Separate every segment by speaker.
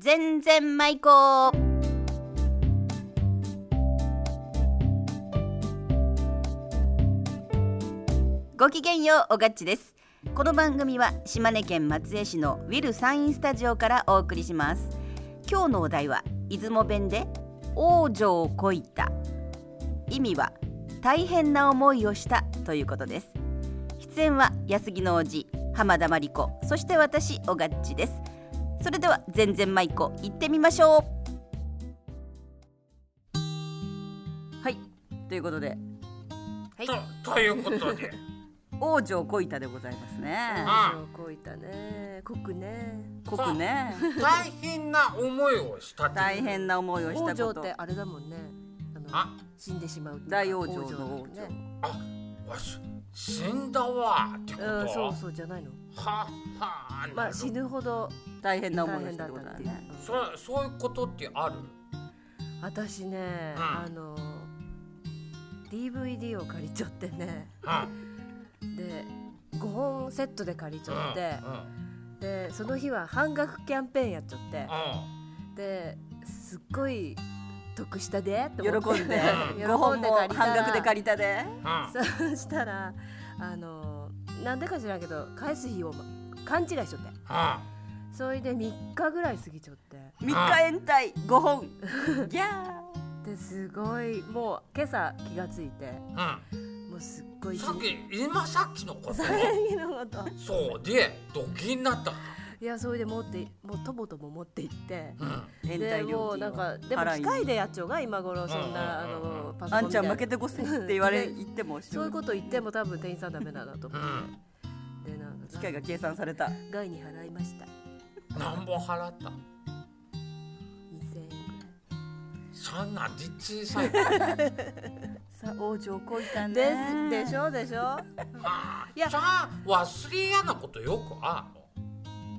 Speaker 1: 全然舞子ごきげんようおがっちですこの番組は島根県松江市のウィルサインスタジオからお送りします今日のお題は出雲弁で王女をこいた意味は大変な思いをしたということです出演は安木のおじ浜田真理子そして私おがっちですそれでは全然舞子行ってみましょうはいということで
Speaker 2: はい
Speaker 3: とということ で
Speaker 1: 王女をこいたでございますね
Speaker 3: あ
Speaker 2: あこいたね濃くね
Speaker 1: 濃くね
Speaker 3: 大変な思いをしたって
Speaker 1: 大
Speaker 3: な
Speaker 1: 変な思いをし
Speaker 2: 王
Speaker 1: た
Speaker 2: 女
Speaker 1: こ
Speaker 2: っ
Speaker 1: と
Speaker 2: てあれだもんねあの
Speaker 3: あ
Speaker 2: 死んでしまうっていうか
Speaker 1: 大往生の王
Speaker 2: 王女だ
Speaker 1: 女
Speaker 2: ね
Speaker 3: わし死んだわってこ
Speaker 2: う
Speaker 3: と、
Speaker 2: んそうそうじゃないの
Speaker 3: はは
Speaker 2: ま
Speaker 3: な
Speaker 2: あ
Speaker 3: る
Speaker 2: 死ぬほど
Speaker 1: 大変な
Speaker 2: 大
Speaker 1: 思いを
Speaker 2: 変
Speaker 1: し
Speaker 2: だ
Speaker 1: たっ
Speaker 2: っ
Speaker 1: て
Speaker 2: た
Speaker 1: ことだ
Speaker 2: っていう
Speaker 1: ね
Speaker 3: それそういうことってある
Speaker 2: うん私ね
Speaker 3: うん
Speaker 2: あの DVD を借りちゃってね
Speaker 3: あ
Speaker 2: で5本セットで借りちゃって
Speaker 3: うんうん
Speaker 2: でその日は半額キャンペーンやっちゃってですっごい得したでって思って
Speaker 1: 喜んで
Speaker 2: 喜
Speaker 1: 5本
Speaker 2: んで
Speaker 1: も
Speaker 2: 借りたら
Speaker 1: 半額で借りたで
Speaker 3: うん
Speaker 2: そうしたらあのなんでか知らんけど返す日をま勘違いしちゃって
Speaker 3: う
Speaker 2: それで3日ぐらい過ぎちゃって
Speaker 1: 3日延滞5本ギャ
Speaker 2: ですごいもう今朝気がついて
Speaker 3: んう
Speaker 2: もうすっごい
Speaker 3: んさっ
Speaker 2: 人
Speaker 3: き今さっきのこと
Speaker 2: さっきのこと
Speaker 3: そうでドキになった
Speaker 2: いやそれで持ってもうとぼとぼ持って行って
Speaker 3: うん
Speaker 1: ー延
Speaker 2: で
Speaker 1: 滞
Speaker 2: も
Speaker 1: 料金
Speaker 2: うなんか
Speaker 1: を
Speaker 2: でも
Speaker 1: 払い
Speaker 2: 機
Speaker 1: に
Speaker 2: 械でやっちゃうが今頃そんなあ
Speaker 3: うんうんうんうん
Speaker 2: のパソコ
Speaker 1: あ
Speaker 2: ン
Speaker 1: ん
Speaker 2: み
Speaker 1: ち
Speaker 2: た
Speaker 1: ゃ
Speaker 2: い
Speaker 1: ん
Speaker 2: な
Speaker 1: 負けてごせんって言われ
Speaker 2: で
Speaker 1: 言っても
Speaker 2: そういうこと言っても多分店員さんダメだなと思ってでなんか
Speaker 1: 機械が計算された
Speaker 2: 害に払いました
Speaker 3: 何ぼ払った
Speaker 2: 2000円ぐ
Speaker 3: そんな実際
Speaker 1: さあ王女をこいた
Speaker 2: ら
Speaker 1: ね
Speaker 2: いですでしょでしょ
Speaker 3: あ
Speaker 2: いや
Speaker 3: じゃあ忘れやなことよくあ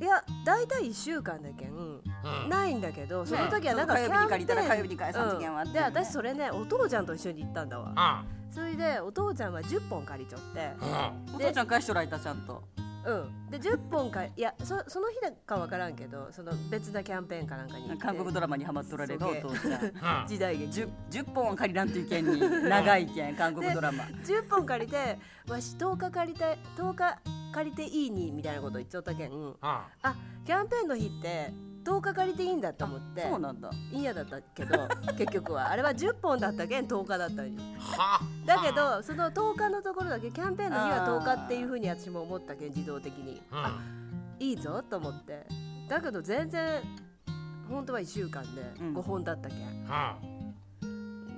Speaker 2: いや大体1週間だけん
Speaker 3: るのうん
Speaker 2: ないんだけどその時は
Speaker 1: ね
Speaker 2: なんか
Speaker 1: そう
Speaker 2: キャン
Speaker 1: 火曜
Speaker 2: ペ
Speaker 1: 日に借りたら
Speaker 2: ーン
Speaker 1: 火曜日に返さんといけんわって
Speaker 2: う
Speaker 1: ね
Speaker 2: で私それねお父ちゃんと一緒に行ったんだわ
Speaker 3: あ
Speaker 2: それでお父ちゃんは10本借りちゃって
Speaker 3: うん
Speaker 1: お父ちゃん返しとられたちゃんと
Speaker 2: うんで10本かいやそその日だかわからんけどその別なキャンペーンかなんかに行って
Speaker 1: 韓国ドラマにハマっとられるのお
Speaker 2: そう
Speaker 1: 父ちゃん
Speaker 3: うん
Speaker 2: 時代劇
Speaker 1: 10, 10本は借りらんといけんに長い けん韓国ドラマ
Speaker 2: 10本借りてわし10日借りたい10日借りていいにみたいなこと言っちゃったけん
Speaker 3: あ
Speaker 2: あキャンペーンの日って10日借りていいんだと思って
Speaker 1: そうなんだ
Speaker 2: いいやだったけど結局はあれは10本だったけん10日だったのに
Speaker 3: は
Speaker 2: だけどその10日のところだけキャンペーンの日は10日っていうふうに私も思ったけん自動的に
Speaker 3: うん
Speaker 2: いいぞと思ってだけど全然本当は1週間で
Speaker 1: うん
Speaker 2: 5本だったけん、
Speaker 3: は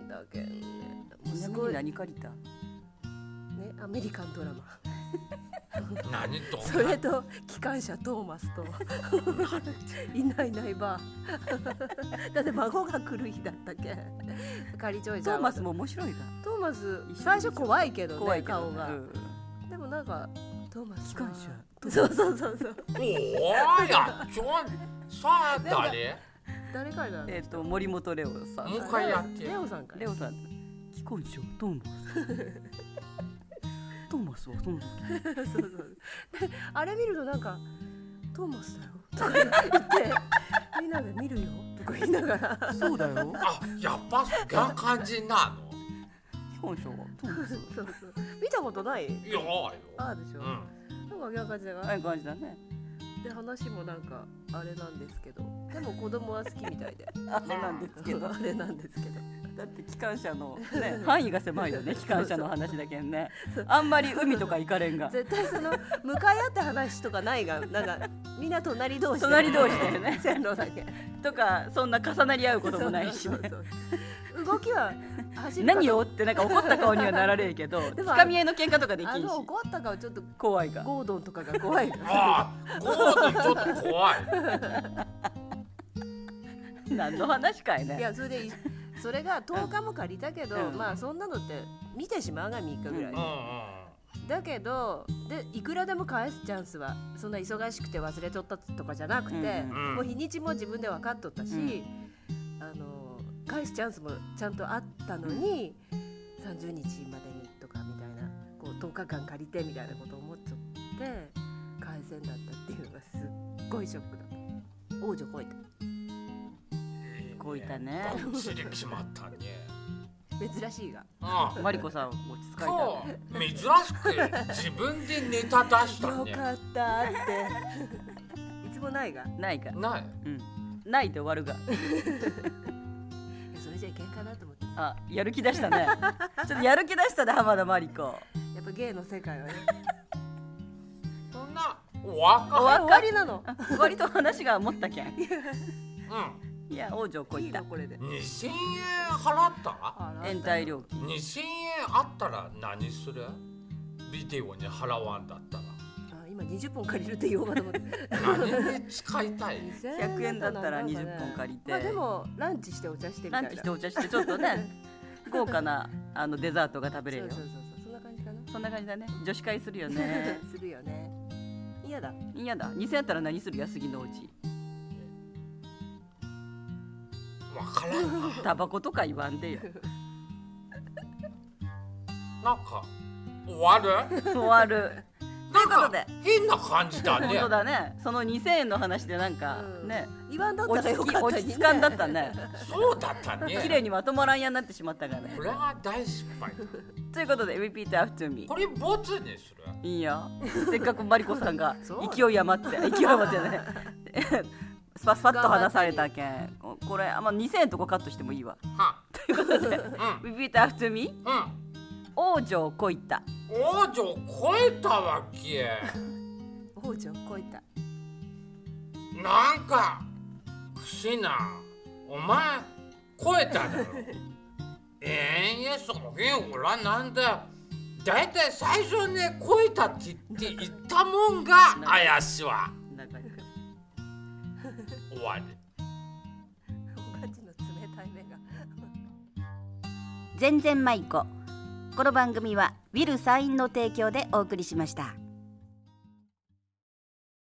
Speaker 2: だけんねも
Speaker 1: ちな
Speaker 2: うす
Speaker 1: み
Speaker 2: ご
Speaker 1: に
Speaker 2: いね
Speaker 1: 何借りた
Speaker 2: アメリカンドラマ
Speaker 3: あ、何と
Speaker 2: それと機関車トーマスと いないいないば だって孫が来る日だったけん借りちょいじ
Speaker 1: ト
Speaker 2: ゃん
Speaker 1: ーマスも面白いが
Speaker 2: トーマス
Speaker 1: 一緒
Speaker 2: 最初怖いけどね
Speaker 1: 怖いけど
Speaker 2: 顔が、
Speaker 1: うん
Speaker 2: でもなんかトーマス
Speaker 1: 機関車
Speaker 2: そうそうそうそう
Speaker 3: おーやっちょさあ誰
Speaker 2: 誰からなの
Speaker 1: えっと森本レオさ
Speaker 3: もうん一回やって
Speaker 2: レオさんから
Speaker 1: レオさん既婚者トーマストーマスはそんな
Speaker 2: そうそうで あれ見るとなんかトーマスだよとか 言ってみんなで見るよとか言いながら
Speaker 1: そうだよ
Speaker 3: あやっぱそんな感じなの
Speaker 1: 既婚者はトーマス
Speaker 2: そうそう見たことない
Speaker 3: いやよ
Speaker 2: ああでし
Speaker 3: う
Speaker 2: ょ、
Speaker 3: ん
Speaker 2: なんか明らかじゃ
Speaker 1: ああ
Speaker 2: ないいう
Speaker 1: 感じだね
Speaker 2: で話もなんかあれなんですけどでも子供は好きみたいで
Speaker 1: あれなんですけど
Speaker 2: あれなんですけど
Speaker 1: だって機関車 の、ね、範囲が狭いよね機関車の話だけんねあんまり海とか行かれんが
Speaker 2: 絶対その向かい合って話とかないがなんかみんな隣同士で
Speaker 1: 隣同士だよね
Speaker 2: 線路だけ
Speaker 1: とかそんな重なり合うこともないしね
Speaker 2: そうそう動きは走るか
Speaker 1: 何をってなんか怒った顔にはなられん けどつ
Speaker 2: でも
Speaker 1: かみ合いの喧嘩とかでき
Speaker 2: あ
Speaker 1: んし
Speaker 2: の怒った顔ちょっと
Speaker 1: 怖いが
Speaker 2: ゴードンとかが怖い
Speaker 3: ああゴードンちょっと怖い
Speaker 1: 何の話かい
Speaker 2: い
Speaker 1: ね
Speaker 2: やそれでいそれが10日も借りたけど、
Speaker 1: うん
Speaker 2: まあそんなのって見てしまうが3日ぐらい、
Speaker 3: うんうん
Speaker 2: だけどでいくらでも返すチャンスはそんな忙しくて忘れとったとかじゃなくて、
Speaker 1: うん
Speaker 3: うん
Speaker 2: もう日にちも自分で分かっとったし、
Speaker 1: うん
Speaker 2: あの返すチャンスもちゃんとあったのに、30日までにとかみたいなこう10日間借りてみたいなことを思っちゃって返せんだったっていうのがすっごいショックだった王女超えた
Speaker 1: こいたね
Speaker 3: バッチリ決まったね。
Speaker 2: 珍しいが
Speaker 3: うん。
Speaker 1: マリコさん落ち着かれた
Speaker 3: 今
Speaker 1: ね
Speaker 3: 日珍しく自分でネタ出した
Speaker 2: よ
Speaker 3: ね。
Speaker 2: かったって いつもないが
Speaker 1: ないか
Speaker 3: ない。
Speaker 1: うんないで終わるが
Speaker 2: それじゃいけんかなと思って
Speaker 1: あやる気出したね ちょっとやる気出したね浜田マリコ
Speaker 2: やっぱ芸の世界はね
Speaker 3: そんなお若
Speaker 1: お
Speaker 3: い。
Speaker 1: 若い
Speaker 2: 終わりなの
Speaker 1: あ割と話が持ったけん
Speaker 3: う
Speaker 1: いや王女こ
Speaker 2: い
Speaker 1: い
Speaker 2: い
Speaker 1: た
Speaker 2: のこれで
Speaker 3: ん。二千円払った？
Speaker 1: 延滞料金
Speaker 3: 二千円あったら何する？ビデオに払わんだったら
Speaker 2: あ今20本借りるって言おうかと思って
Speaker 3: 何に使いたい？
Speaker 2: 100
Speaker 1: 円だったら20本借りて
Speaker 2: まあでもランチしてお茶してみ
Speaker 1: ラ
Speaker 2: たいな
Speaker 1: ンチしてお茶してちょっと ね豪華なあのデザートが食べれるよ
Speaker 2: そうそうそうそうそんな感じかな
Speaker 1: そんな感じだね女子会するよ ね
Speaker 2: するよね嫌だ
Speaker 1: 嫌だ2000円あったら何する安木のうち
Speaker 3: わからんな。
Speaker 1: タバコとか言わんでよ
Speaker 3: なんか終わ る？
Speaker 1: 終わる
Speaker 3: なん
Speaker 1: ということ
Speaker 3: か
Speaker 1: で
Speaker 3: 変な感じだ
Speaker 1: 本
Speaker 3: ね
Speaker 1: 当。だねその2000円の話でなんか
Speaker 2: うん
Speaker 1: ね
Speaker 2: 言わんだった
Speaker 1: 落
Speaker 2: ら
Speaker 1: ち
Speaker 2: よ
Speaker 1: 着き
Speaker 2: かったのに
Speaker 1: 落ち着かんだったね
Speaker 3: そうだったね。
Speaker 1: 綺麗にまとまらんやになってしまったからね
Speaker 3: これは大失敗だ。
Speaker 1: ということで Repeat after me
Speaker 3: これボツにする？
Speaker 1: いい よせっかくマリコさんが
Speaker 2: そう
Speaker 1: 勢い余って勢い余って ねスパスパッと話されたけんここれあんま2000円とこカットしてもいいわ
Speaker 3: は。
Speaker 1: Repeat after me
Speaker 3: うんうん。
Speaker 1: 王女こいた
Speaker 3: 王女を超えたわけ
Speaker 2: 王女を超えた
Speaker 3: なんかくしなお前超えただろ ええやそげんおらなんだだいたい最初ね超えたって言って言ったもんが怪しいわ終わり
Speaker 2: おかちの冷たい目が
Speaker 1: 全然舞子この番組はウィルサインの提供でお送りしました。